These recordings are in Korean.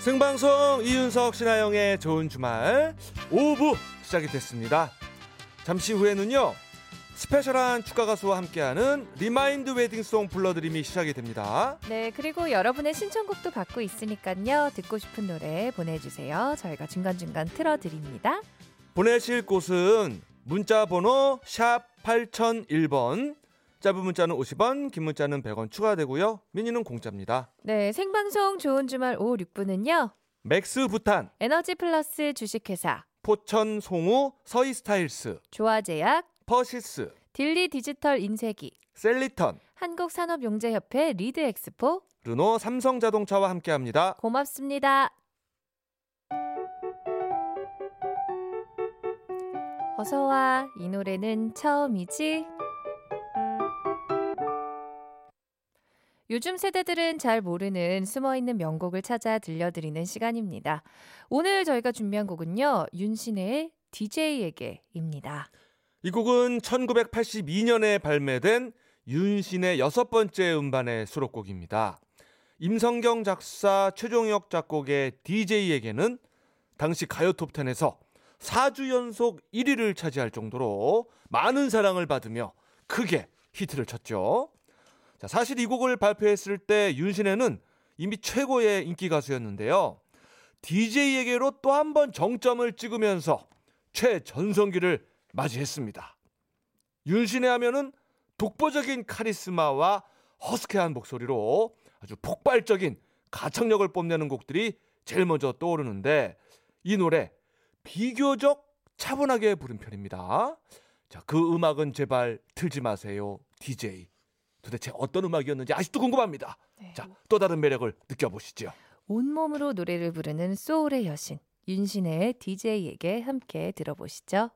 생방송 이윤석 신하영의 좋은 주말 5부 시작이 됐습니다. 잠시 후에는요. 스페셜한 축가 가수와 함께하는 리마인드 웨딩송 불러드림이 시작이 됩니다. 네, 그리고 여러분의 신청곡도 받고 있으니까요. 듣고 싶은 노래 보내주세요. 저희가 중간중간 틀어드립니다. 보내실 곳은 문자 번호 샵 8001번 짧은 문자는 50원, 긴 문자는 100원 추가되고요. 미니는 공짜입니다. 네, 생방송 좋은 주말 오후 6분은요. 맥스 부탄, 에너지 플러스 주식회사, 포천 송우, 서희 스타일스, 조화제약, 퍼시스, 딜리 디지털 인쇄기, 셀리턴, 한국산업용재협회 리드 엑스포 르노 삼성자동차와 함께합니다. 고맙습니다. 어서와 이 노래는 처음이지. 요즘 세대들은 잘 모르는 숨어있는 명곡을 찾아 들려드리는 시간입니다. 오늘 저희가 준비한 곡은요. 윤신의 DJ에게입니다. 이 곡은 1982년에 발매된 윤신의 여섯 번째 음반의 수록곡입니다. 임성경 작사, 최종혁 작곡의 DJ에게는 당시 가요 톱10에서 4주 연속 1위를 차지할 정도로 많은 사랑을 받으며 크게 히트를 쳤죠. 자, 사실 이 곡을 발표했을 때 윤신혜는 이미 최고의 인기 가수였는데요. DJ에게로 또 한 번 정점을 찍으면서 최전성기를 맞이했습니다. 윤신혜 하면은 독보적인 카리스마와 허스키한 목소리로 아주 폭발적인 가창력을 뽐내는 곡들이 제일 먼저 떠오르는데 이 노래 비교적 차분하게 부른 편입니다. 자, 그 음악은 제발 틀지 마세요. DJ. 도대체 어떤 음악이었는지 아직도 궁금합니다. 네. 자, 또 다른 매력을 느껴보시죠. 온몸으로 노래를 부르는 소울의 여신 윤신의 DJ에게 함께 들어보시죠.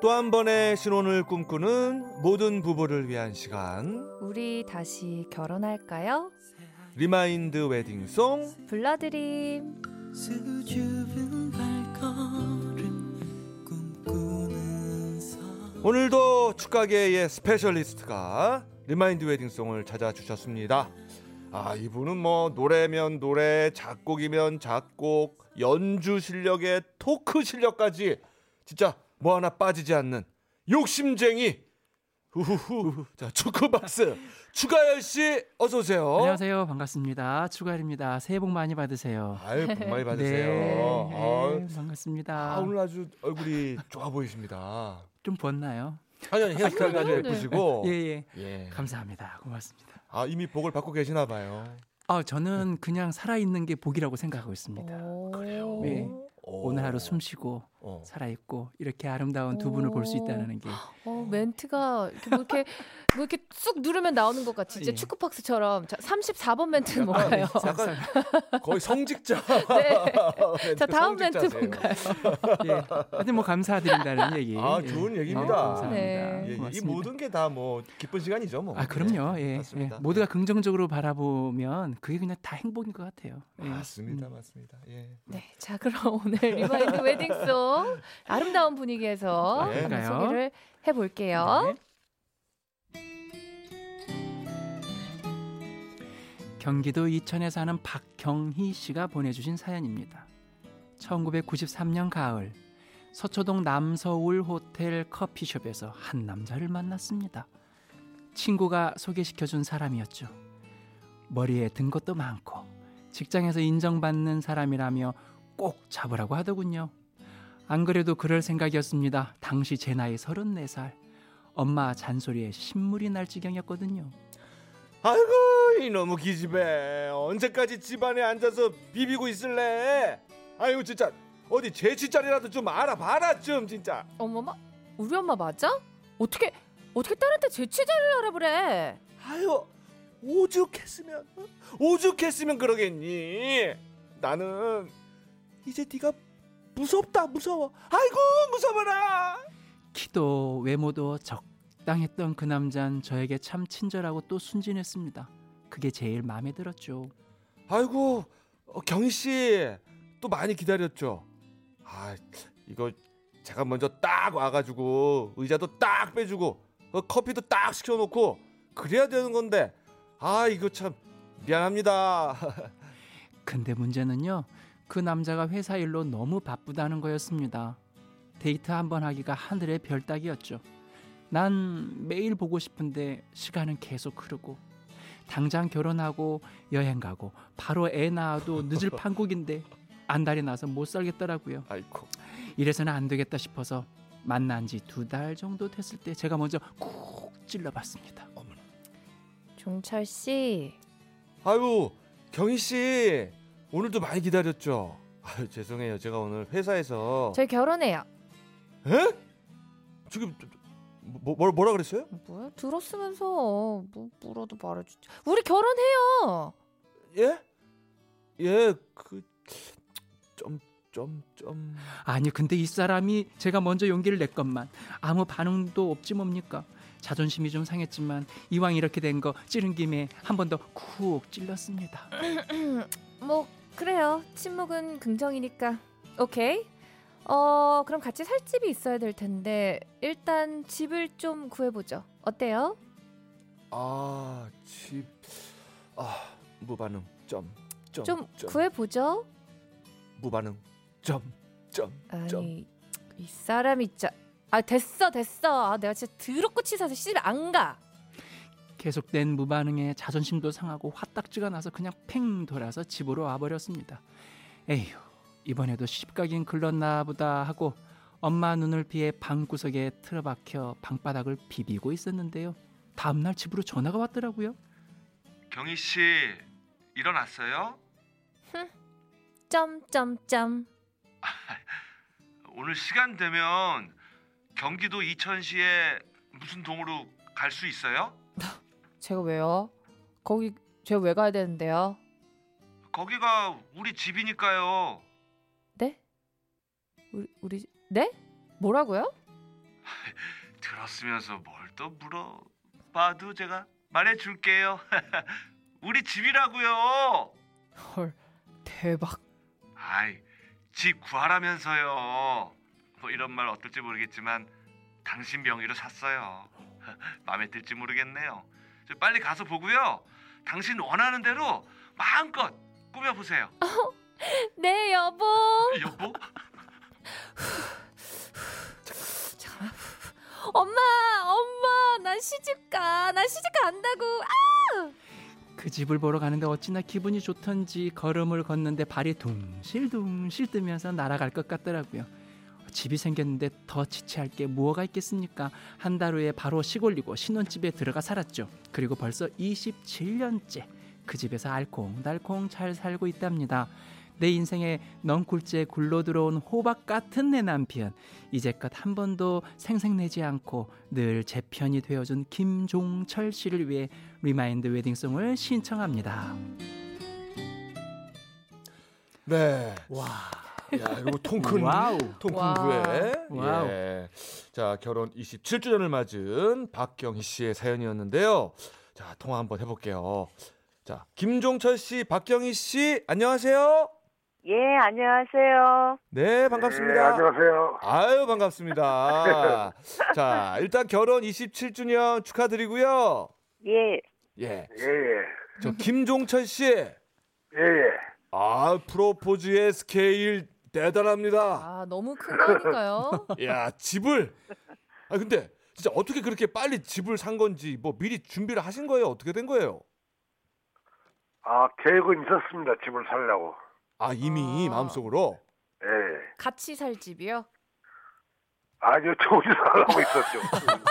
또 한 번의 신혼을 꿈꾸는 모든 부부를 위한 시간 우리 다시 결혼할까요? 리마인드 웨딩송 불러드림. 수줍은 발걸음 꿈꾸는 섬 오늘도 축가계의 스페셜리스트가 리마인드 웨딩송을 찾아주셨습니다. 아 이분은 뭐 노래면 노래, 작곡이면 작곡, 연주 실력에 토크 실력까지 진짜 뭐 하나 빠지지 않는 욕심쟁이. 후후후. 자 축구 박스 추가열 씨 어서 오세요. 안녕하세요. 반갑습니다. 추가열입니다. 새해 복 많이 받으세요. 아유 복 많이 받으세요. 네, 아유, 네, 반갑습니다. 아, 오늘 아주 얼굴이 좋아 보이십니다. 좀 부었나요? 아니, 아니 헤어스타일도 아주 예쁘시고. 예, 예. 예. 감사합니다. 고맙습니다. 아, 이미 복을 받고 계시나 봐요. 아, 네. 저는 그냥 살아있는 게 복이라고 생각하고 어. 있습니다. 그래요. 네. 오. 오늘 하루 숨 쉬고 어. 살아있고 이렇게 아름다운 두 분을 볼 수 있다는 게 어, 멘트가 이렇게 뭐 이렇게 뭐 이렇게 쑥 누르면 나오는 것 같이 진짜 예. 축구 박스처럼. 자, 34번 멘트는 아, 네, 뭔가요? 약간 거의 성직자. 네. 멘트, 자, 다음 멘트 성직자세요. 뭔가요? 예. 하여튼 뭐 감사드린다는 얘기. 아, 예. 좋은 얘기입니다. 네, 감사합니다. 네. 예, 예. 이 고맙습니다. 모든 게 다 뭐 기쁜 시간이죠, 뭐. 아, 그럼요. 네, 예. 예. 맞습니다. 모두가 긍정적으로 바라보면 그게 그냥 다 행복인 것 같아요. 예. 네. 맞습니다, 음. 맞습니다. 예. 네. 자, 그럼 오늘 리마인드 웨딩송 아름다운 분위기에서 네. 한번 그럴까요? 소개를 해볼게요. 네. 경기도 이천에 사는 박경희 씨가 보내주신 사연입니다. 1993년 가을 서초동 남서울 호텔 커피숍에서 한 남자를 만났습니다. 친구가 소개시켜준 사람이었죠. 머리에 든 것도 많고 직장에서 인정받는 사람이라며 꼭 잡으라고 하더군요. 안 그래도 그럴 생각이었습니다. 당시 제 나이 34살. 엄마 잔소리에 신물이 날 지경이었거든요. 아이고, 이놈의 기집애. 언제까지 집안에 앉아서 비비고 있을래? 아이고, 진짜. 어디 재치자리라도 좀 알아봐라, 좀, 진짜. 어머머, 우리 엄마 맞아? 어떻게 어떻게 딸한테 제 치자를 알아보래? 아유 오죽했으면 어? 오죽했으면 그러겠니 나는 이제 네가 무섭다 무서워. 아이고 무서워라. 키도 외모도 적당했던 그 남잔 저에게 참 친절하고 또 순진했습니다. 그게 제일 마음에 들었죠. 아이고 어, 경희 씨 또 많이 기다렸죠. 아 이거 제가 먼저 딱 와가지고 의자도 딱 빼주고 어, 커피도 딱 시켜놓고 그래야 되는 건데 아 이거 참 미안합니다. 근데 문제는요. 그 남자가 회사 일로 너무 바쁘다는 거였습니다. 데이트 한 번 하기가 하늘의 별 따기였죠. 난 매일 보고 싶은데 시간은 계속 흐르고 당장 결혼하고 여행 가고 바로 애 낳아도 늦을 판국인데 안달이 나서 못 살겠더라고요. 아이고 이래서는 안 되겠다 싶어서 만난 지 두 달 정도 됐을 때 제가 먼저 쿡 찔러봤습니다. 종철 씨, 아유 경희 씨 오늘도 많이 기다렸죠. 아유 죄송해요 제가 오늘 회사에서 저희 결혼해요. 에? 지금 뭐, 뭐 뭐라 그랬어요? 뭐야? 들었으면서 뭐 물어도 말해주지. 우리 결혼해요. 예? 예, 그, 점, 점, 점. 아니 근데 이 사람이 제가 먼저 용기를 냈건만 아무 반응도 없지 뭡니까? 자존심이 좀 상했지만 이왕 이렇게 된 거 찌른 김에 한 번 더 쿡 찔렀습니다. 뭐 그래요. 침묵은 긍정이니까. 오케이. 어 그럼 같이 살 집이 있어야 될 텐데 일단 집을 좀 구해보죠. 어때요? 아, 집. 아, 무반응. 점, 점. 좀 점. 구해보죠. 무반응. 점, 점. 좀. 아니 이 사람이 진짜 아 됐어 됐어. 아 내가 진짜 더럽고 치사해서 시집 안 가. 계속된 무반응에 자존심도 상하고 화딱지가 나서 그냥 팽 돌아서 집으로 와버렸습니다. 에휴 이번에도 시집가긴 글렀나 보다 하고 엄마 눈을 피해 방구석에 틀어박혀 방바닥을 비비고 있었는데요. 다음날 집으로 전화가 왔더라고요. 경희 씨, 일어났어요? 점점점. 오늘 시간 되면 경기도 이천시에 무슨 동으로 갈 수 있어요? 제가 왜요? 거기 제가 왜 가야 되는데요? 거기가 우리 집이니까요. 네? 우리 우리 네? 뭐라고요? 들었으면서 뭘 또 물어봐도 제가 말해줄게요. 우리 집이라고요. 헐 대박. 아이 집 구하라면서요. 뭐 이런 말 어떨지 모르겠지만 당신 명의로 샀어요. 마음에 들지 모르겠네요. 저 빨리 가서 보고요. 당신 원하는 대로 마음껏 꾸며 보세요. 네 여보. 여보? 잠깐만. 엄마 엄마 나 시집가 나 시집 간다고. 아! 그 집을 보러 가는데 어찌나 기분이 좋던지 걸음을 걷는데 발이 둥실둥실 뜨면서 날아갈 것 같더라고요. 집이 생겼는데 더 지체할 게 뭐가 있겠습니까? 한 달 후에 바로 시골리고 신혼집에 들어가 살았죠. 그리고 벌써 27년째 그 집에서 알콩달콩 잘 살고 있답니다. 내 인생에 넝쿨째 굴러 들어온 호박 같은 내 남편. 이제껏 한 번도 생색내지 않고 늘 제 편이 되어준 김종철 씨를 위해 리마인드 웨딩송을 신청합니다. 네. 와, 야, 이거 와우. 통풍부에 와우. 예. 자 결혼 27주년을 맞은 박경희 씨의 사연이었는데요. 자 통화 한번 해볼게요. 자 김종철 씨, 박경희 씨 안녕하세요. 예, 안녕하세요. 네 예, 반갑습니다. 안녕하세요. 아유 반갑습니다. 자 일단 결혼 27주년 축하드리고요. 예, 예, 예, 예. 저 김종철 씨, 예, 예. 아 프로포즈의 스케일 대단합니다. 아 너무 큰 거 아닌가요? 야 집을 아 근데 진짜 어떻게 그렇게 빨리 집을 산 건지 뭐 미리 준비를 하신 거예요 어떻게 된 거예요 아, 계획은 있었습니다. 집을 살려고. 아 이미 아. 마음속으로 예. 같이 살 집이요? 아니요, 저 혼자 살라고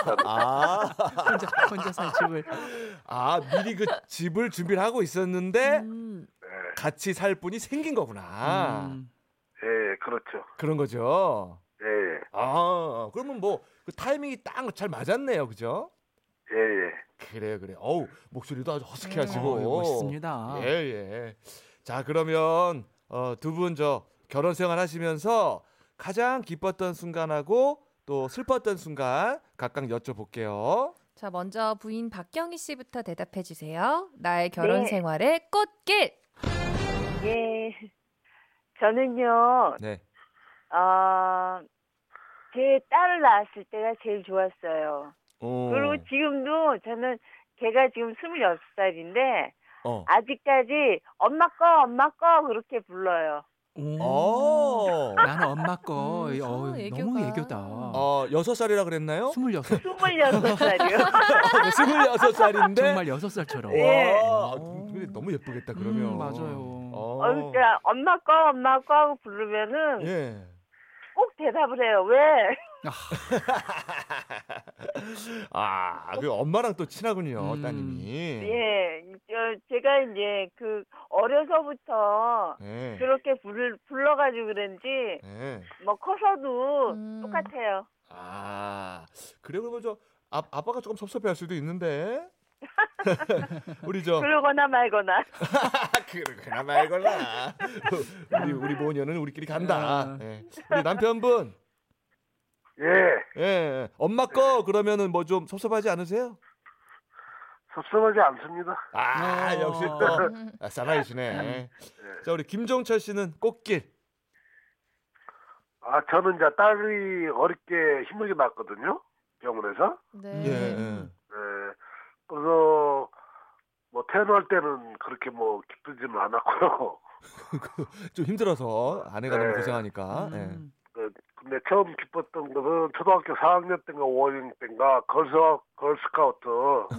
있었죠. 아, 혼자 혼자 살 집을 아 미리 그 집을 준비를 하고 네. 있었는데 음. 같이 살 분이 생긴 거구나 음, 예, 그렇죠. 그런 거죠 예, 예. 아 그러면 뭐 그 타이밍이 딱 잘 맞았네요 그죠 예, 예. 그래요 그래 어우 목소리도 아주 어, 허스키하시고 멋있습니다. 예, 예. 자, 그러면 어, 두 분 저 결혼 생활 하시면서 가장 기뻤던 순간하고 또 슬펐던 순간 각각 여쭤볼게요. 자, 먼저 부인 박경희 씨부터 대답해 주세요. 나의 결혼 네. 생활의 꽃길. 예. 저는요, 네. 어, 제 딸을 낳았을 때가 제일 좋았어요. 어. 그리고 지금도 저는 걔가 지금 26살인데, 어. 아직까지 엄마 거, 엄마 거 그렇게 불러요. 음. 어. 나는 엄마 거 음, 어, 애교가. 너무 애교다. 어, 여섯 살이라 그랬나요? 스물여섯 26살이요. 스물여섯 살인데. 정말 여섯 살처럼. 네. 와, 아, 어. 근데 너무 예쁘겠다 음, 그러면. 맞아요. 어. 어, 그러니까 엄마 거, 엄마 거 하고 부르면은 예. 꼭 대답을 해요. 왜? 아, 그 엄마랑 또 친하군요, 음. 따님이. 예. 저, 제가 이제 그 어려서부터 예. 그렇게 부를, 불러가지고 그런지 예. 뭐 커서도 음. 똑같아요. 아, 그리고 뭐저 아, 아빠가 조금 섭섭해할 수도 있는데. 우리 저 아, 그러거나 말거나. 그러거나 말거나 우리 우리 모녀는 우리끼리 간다. 아. 예. 우리 남편분, 예, 예, 예, 엄마 거 그러면은 뭐 좀 섭섭하지 않으세요? 섭섭하지 않습니다. 아, 어. 역시 또 음. 아, 살아계시네. 예. 자, 우리 김종철 씨는 꽃길. 아, 저는 이제 딸이 어렵게 힘들게 낳았거든요. 병원에서. 네. 예, 예. 예. 그래서 뭐 태어날 때는 그렇게 뭐 기쁘지는 않았고요. 좀 힘들어서 아내가 너무 네. 고생하니까. 예. 음. 그, 근데 처음 기뻤던 것은 초등학교 4학년 때인가 5학년 때인가 걸스, 걸스카우트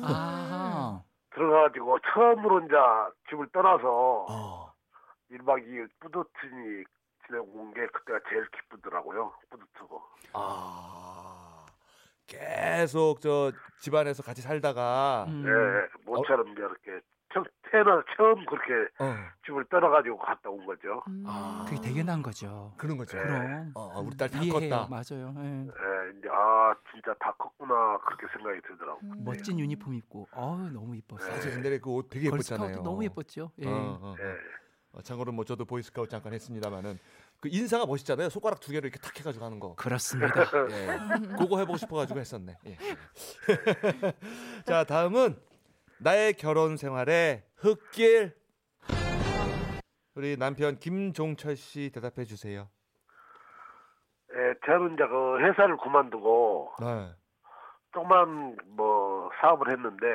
아, 들어가가지고 처음으로 이제 집을 떠나서 어. 1박 2일 뿌듯히 지내고 온 게 그때가 제일 기쁘더라고요. 뿌듯하고. 아. 계속 저 집안에서 같이 살다가 음. 예, 모처럼 이제 이렇게 처- 태어나서 처음 그렇게 어. 집을 떠나가지고 갔다 온 거죠. 음. 아. 그게 대견한 거죠. 그런 거죠. 그럼. 어, 우리 딸다 이해해요. 컸다. 맞아요. 예. 예, 이제 아 진짜 다 컸구나 그렇게 생각이 들더라고요. 음. 멋진 유니폼 입고, 어우 너무 이뻤어요. 사실 옛날에 그 옷 되게 예뻤잖아요. 걸스카우트 너무 예뻤죠. 예. 어, 어, 예. 어. 참고로 뭐 저도 보이스카우트 잠깐 했습니다만은 그 인사가 멋있잖아요. 손가락 두 개를 이렇게 탁 해가지고 하는 거. 그렇습니다. 예. 그거 해보고 싶어가지고 했었네. 예. 자 다음은 나의 결혼 생활의 흙길. 우리 남편 김종철 씨 대답해 주세요. 예, 저는 이제 그 회사를 그만두고 네. 조그만 뭐 사업을 했는데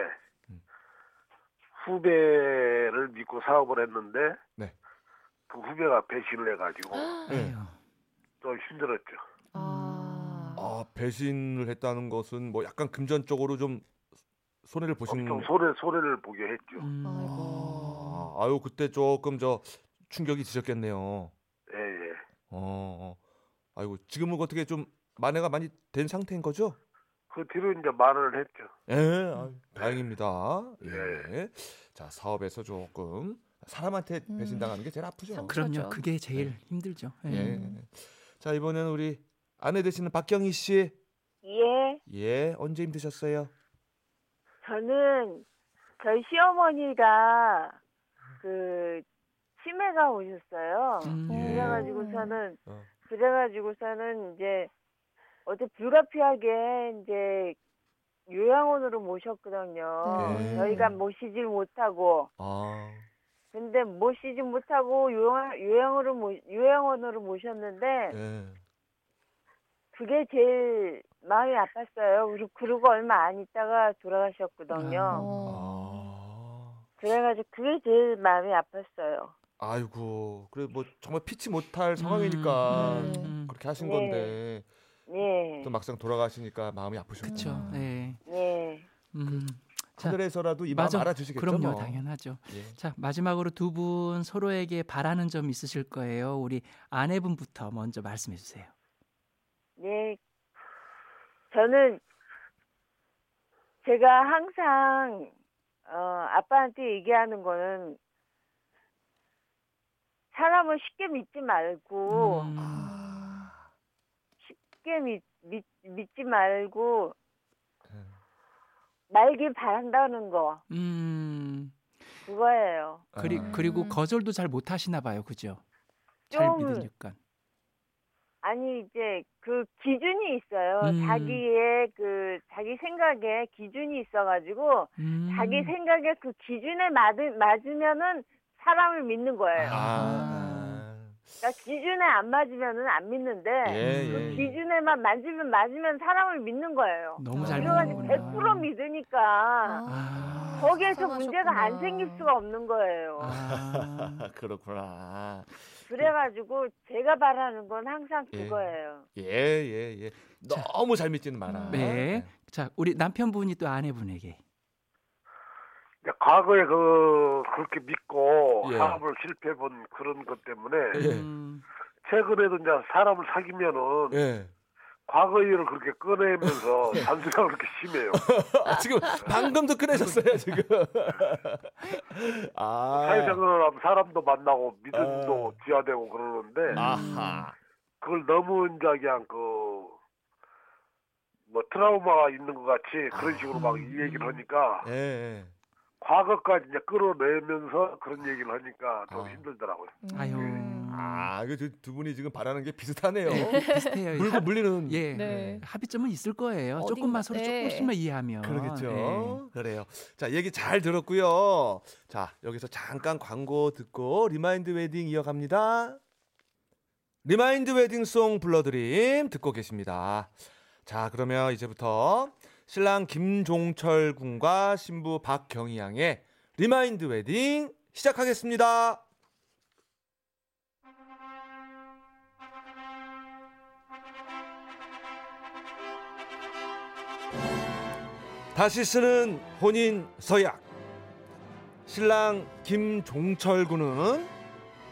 음. 후배를 믿고 사업을 했는데 네. 그 후배가 배신을 해가지고 네. 아유. 좀 힘들었죠. 아. 음. 아 배신을 했다는 것은 뭐 약간 금전적으로 좀 손해를 보신. 엄청 손해 손해를 보게 했죠. 음. 아이고. 아, 아유 그때 조금 저 충격이 지셨겠네요. 예, 예. 어, 아이고 지금은 어떻게 좀 만회가 많이 된 상태인 거죠? 그 뒤로 이제 만원을 했죠. 예, 아유, 네. 다행입니다. 예. 예. 자 사업에서 조금 사람한테 음. 배신당하는 게 제일 아프죠. 네. 그- 그렇죠. 그럼요. 그게 제일 힘들죠. 예. 예. 자 이번에는 우리 아내 되시는 박경희 씨, 예. 예 언제 힘드셨어요? 저는 저희 시어머니가 그 치매가 오셨어요. 음. 예. 그래가지고 저는 어. 그래가지고 저는 이제 어제 불가피하게 이제 요양원으로 모셨거든요. 네. 저희가 모시질 못하고 아, 근데 모시지 못하고 요양 요양으로 모, 요양원으로 모셨는데 예. 그게 제일 마음이 아팠어요. 그리고, 그러고 얼마 안 있다가 돌아가셨거든요. 어. 아, 그래가지고 그게 제일 마음이 아팠어요. 아이고 그래 뭐 정말 피치 못할 상황이니까 음, 음. 그렇게 하신 네. 건데. 예. 또 막상 돌아가시니까 마음이 아프셨구나. 그렇죠. 예. 예. 음. 자, 하늘에서라도 이 마음 맞아. 알아주시겠죠? 그럼요, 뭐. 당연하죠. 예. 자, 마지막으로 두 분 서로에게 바라는 점 있으실 거예요. 우리 아내분부터 먼저 말씀해 주세요. 예. 저는 제가 항상 어, 아빠한테 얘기하는 거는 사람을 쉽게 믿지 말고 음, 아. 쉽게 믿, 믿, 믿지 말고 예. 말길 바란다는 거 음. 그거예요. 그리, 아, 그리고 거절도 잘 못하시나 봐요, 그죠? 잘 좀- 믿으니까. 아니 이제 그 기준이 있어요. 음. 자기의 그 자기 생각에 기준이 있어가지고 음. 자기 생각에 그 기준에 맞으, 맞으면은 사람을 믿는 거예요. 아. 그러니까 기준에 안 맞으면은 안 믿는데 예, 예. 기준에만 맞으면 맞으면 사람을 믿는 거예요. 너무 잘 그래가지고 믿는구나. 100% 믿으니까 음. 아. 거기에서 문제가 안 생길 수가 없는 거예요. 아. 아, 그렇구나. 그래가지고 제가 바라는 건 항상 예. 그거예요. 예, 예, 예. 너무 잘 믿지는 마라. 네. 자, 우리 남편분이 또 아내분에게. 이제 과거에 그 그렇게 믿고 예. 사업을 실패해 본 그런 것 때문에 예. 음. 최근에도 이제 사람을 사귀면은 예. 과거 일을 그렇게 꺼내면서 단수가 그렇게 심해요. 아, 지금 방금도 끊으셨어요, 지금. 아. 사회생활을 하면 사람도 만나고 믿음도 지하되고 그러는데 아하. 그걸 너무 이제 그냥 그뭐 트라우마가 있는 것 같이 아. 그런 식으로 막 이 얘기를 하니까 예, 예. 과거까지 이제 끌어내면서 그런 얘기를 하니까 좀 아. 힘들더라고요. 아유. 음. 아, 그 두 분이 지금 바라는 게 비슷하네요. 비슷해요. 물고 물리는 예. 네. 합의점은 있을 거예요. 어딘가- 조금만 서로 네. 조금씩만 이해하면. 그러겠죠. 네. 그래요. 자, 얘기 잘 들었고요. 자, 여기서 잠깐 광고 듣고 리마인드 웨딩 이어갑니다. 리마인드 웨딩송 불러드림 듣고 계십니다. 자, 그러면 이제부터 신랑 김종철 군과 신부 박경희 양의 리마인드 웨딩 시작하겠습니다. 다시 쓰는 혼인 서약. 신랑 김종철 군은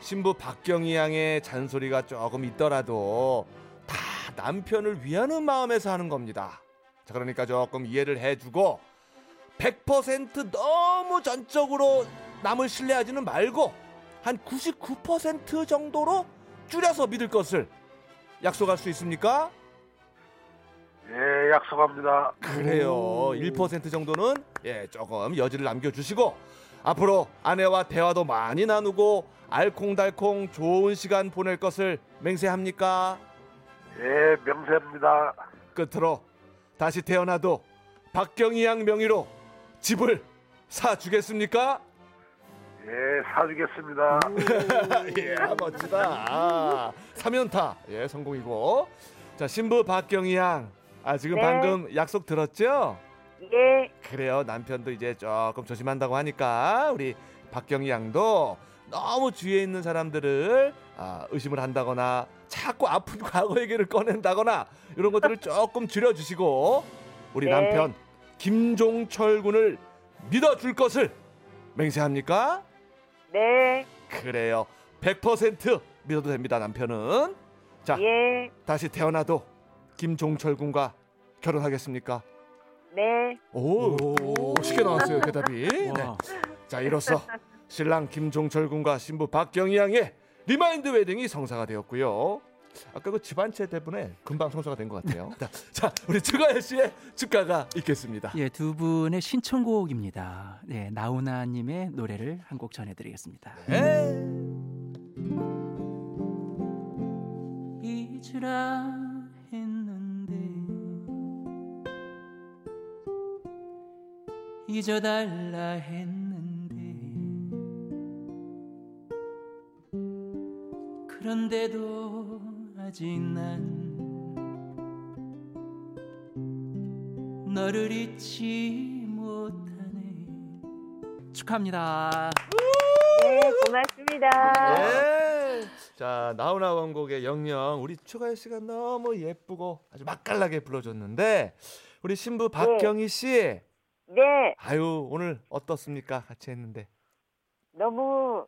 신부 박경희 양의 잔소리가 조금 있더라도 다 남편을 위하는 마음에서 하는 겁니다. 자, 그러니까 조금 이해를 해주고 100% 너무 전적으로 남을 신뢰하지는 말고 한 99% 정도로 줄여서 믿을 것을 약속할 수 있습니까? 예, 약속합니다. 그래요. 1% 정도는 예, 조금 여지를 남겨주시고 앞으로 아내와 대화도 많이 나누고 알콩달콩 좋은 시간 보낼 것을 맹세합니까? 예, 명세합니다. 끝으로 다시 태어나도 박경희 양 명의로 집을 사주겠습니까? 예, 사주겠습니다. 예, 멋지다. 아, 삼연타 예, 성공이고. 자, 신부 박경희 양. 아, 지금 네. 방금 약속 들었죠? 예, 그래요 남편도 이제 조금 조심한다고 하니까 우리 박경희 양도 너무 주위에 있는 사람들을 아, 의심을 한다거나 자꾸 아픈 과거 얘기를 꺼낸다거나 이런 것들을 조금 줄여주시고 우리 네. 남편 김종철 군을 믿어줄 것을 맹세합니까? 네, 그래요 100% 믿어도 됩니다 남편은 자 예, 다시 태어나도 김종철 군과 결혼하겠습니까? 네, 오, 오. 쉽게 나왔어요 대답이. 네. 와. 자 이로써 신랑 김종철 군과 신부 박경희 양의 리마인드 웨딩이 성사가 되었고요. 아까 그 집안채 때문에 금방 성사가 된 것 같아요. 자, 자, 우리 추가열 씨의 축가가 있겠습니다. 예, 두 분의 신청곡입니다. 네, 나훈아 님의 노래를 한 곡 전해 드리겠습니다. 잊으라 했는데 잊어달라 했는데 그런데도 아직 난 너를 잊지 못하네 축하합니다 네, 고맙습니다. 예. 자 나훈아 원곡의 영영 우리 추가열 씨가 너무 예쁘고 아주 맛깔나게 불러줬는데 우리 신부 박경희 씨 네, 아유 오늘 어떻습니까 같이 했는데 너무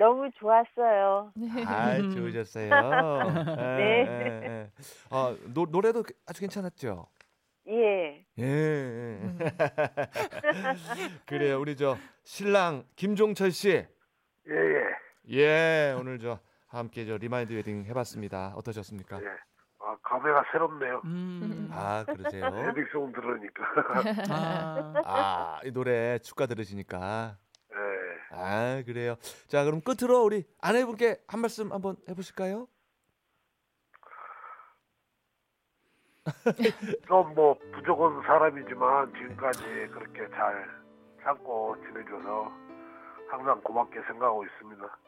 너무 좋았어요. 네. 아 좋으셨어요. 네. 예, 예, 예. 아, 노, 노래도 아주 괜찮았죠. 예, 예, 음. 예. 그래요. 우리 저 신랑 김종철 씨, 예, 예. 예 오늘 저 함께 저 리마인드 웨딩 해봤습니다. 어떠셨습니까? 예. 아, 감회가 새롭네요. 음. 아 그러세요. 에딕송 들으니까. 아. 아이 노래 축가 들으시니까 예. 아 그래요. 자 그럼 끝으로 우리 아내분께 한 말씀 한번 해보실까요? 좀 뭐 부족한 사람이지만 지금까지 그렇게 잘 참고 지내줘서 항상 고맙게 생각하고 있습니다.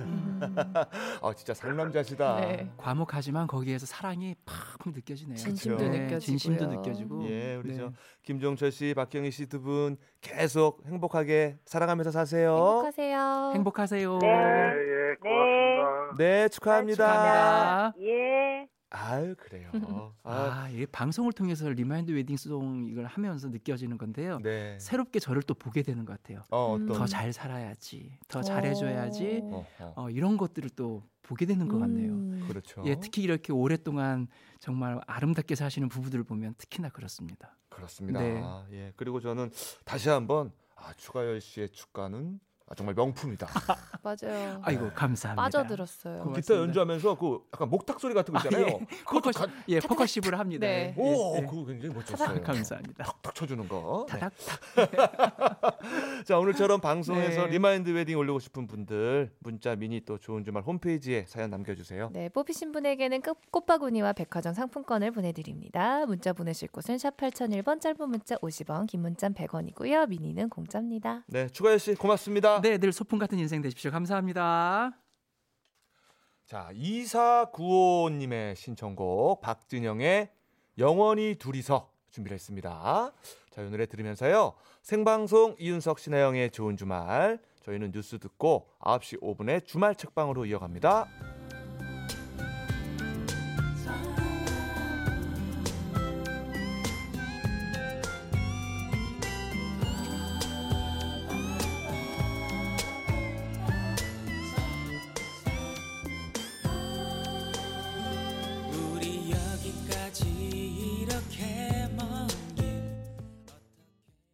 음. 아 진짜 상남자시다. 음. 네. 과묵하지만 거기에서 사랑이 팍팍 느껴지네요. 진심도 그렇죠. 느껴지고요. 진심도 느껴지고. 예, 우리 네. 저 김종철 씨, 박경희 씨 두 분 계속 행복하게 살아가면서 사세요. 행복하세요. 어? 행복하세요. 네. 예, 예, 고맙습니다. 네, 축하합니다. 감사합니다. 예. 아유, 그래요. 아, 아, 이 방송을 통해서 리마인드 웨딩송 이걸 하면서 느껴지는 건데요. 네. 새롭게 저를 또 보게 되는 것 같아요. 어, 음. 어떤 더 잘 살아야지, 더 잘해줘야지. 어. 어, 어. 어, 이런 것들을 또 보게 되는 것 같네요. 음. 그렇죠. 예, 특히 이렇게 오랫동안 정말 아름답게 사시는 부부들을 보면 특히나 그렇습니다. 그렇습니다. 네. 아, 예. 그리고 저는 다시 한번 아, 추가열 씨의 축가는 아, 정말 명품이다. 맞아요. 아이고 그 감사합니다. 어. 빠져들었어요. 고맙습니다. 기타 연주하면서 그 약간 목탁 소리 같은 거 있잖아요. 아, 예. 그것도 퍼커시, 가... 예, 퍼커시브를 합니다. 네. 예, 오, 예. 그거 굉장히 멋졌어요. 감사합니다. 탁탁 쳐주는 거. 네. 다닥 자 오늘처럼 방송에서 네. 리마인드 웨딩 올리고 싶은 분들 문자 미니 또 좋은 주말 홈페이지에 사연 남겨주세요. 네, 뽑히신 분에게는 꽃- 꽃바구니와 백화점 상품권을 보내드립니다. 문자 보내실 곳은 샵 8001번, 짧은 문자 50원, 긴 문자 100원이고요. 미니는 공짜입니다. 네 추가열 씨 고맙습니다. 네, 늘 소풍 같은 인생 되십시오. 감사합니다. 자 2495님의 신청곡 박진영의 영원히 둘이서 준비했습니다. 자 이 노래 들으면서요 생방송 이윤석 신하영의 좋은 주말 저희는 뉴스 듣고 9시 5분에 주말 책방으로 이어갑니다.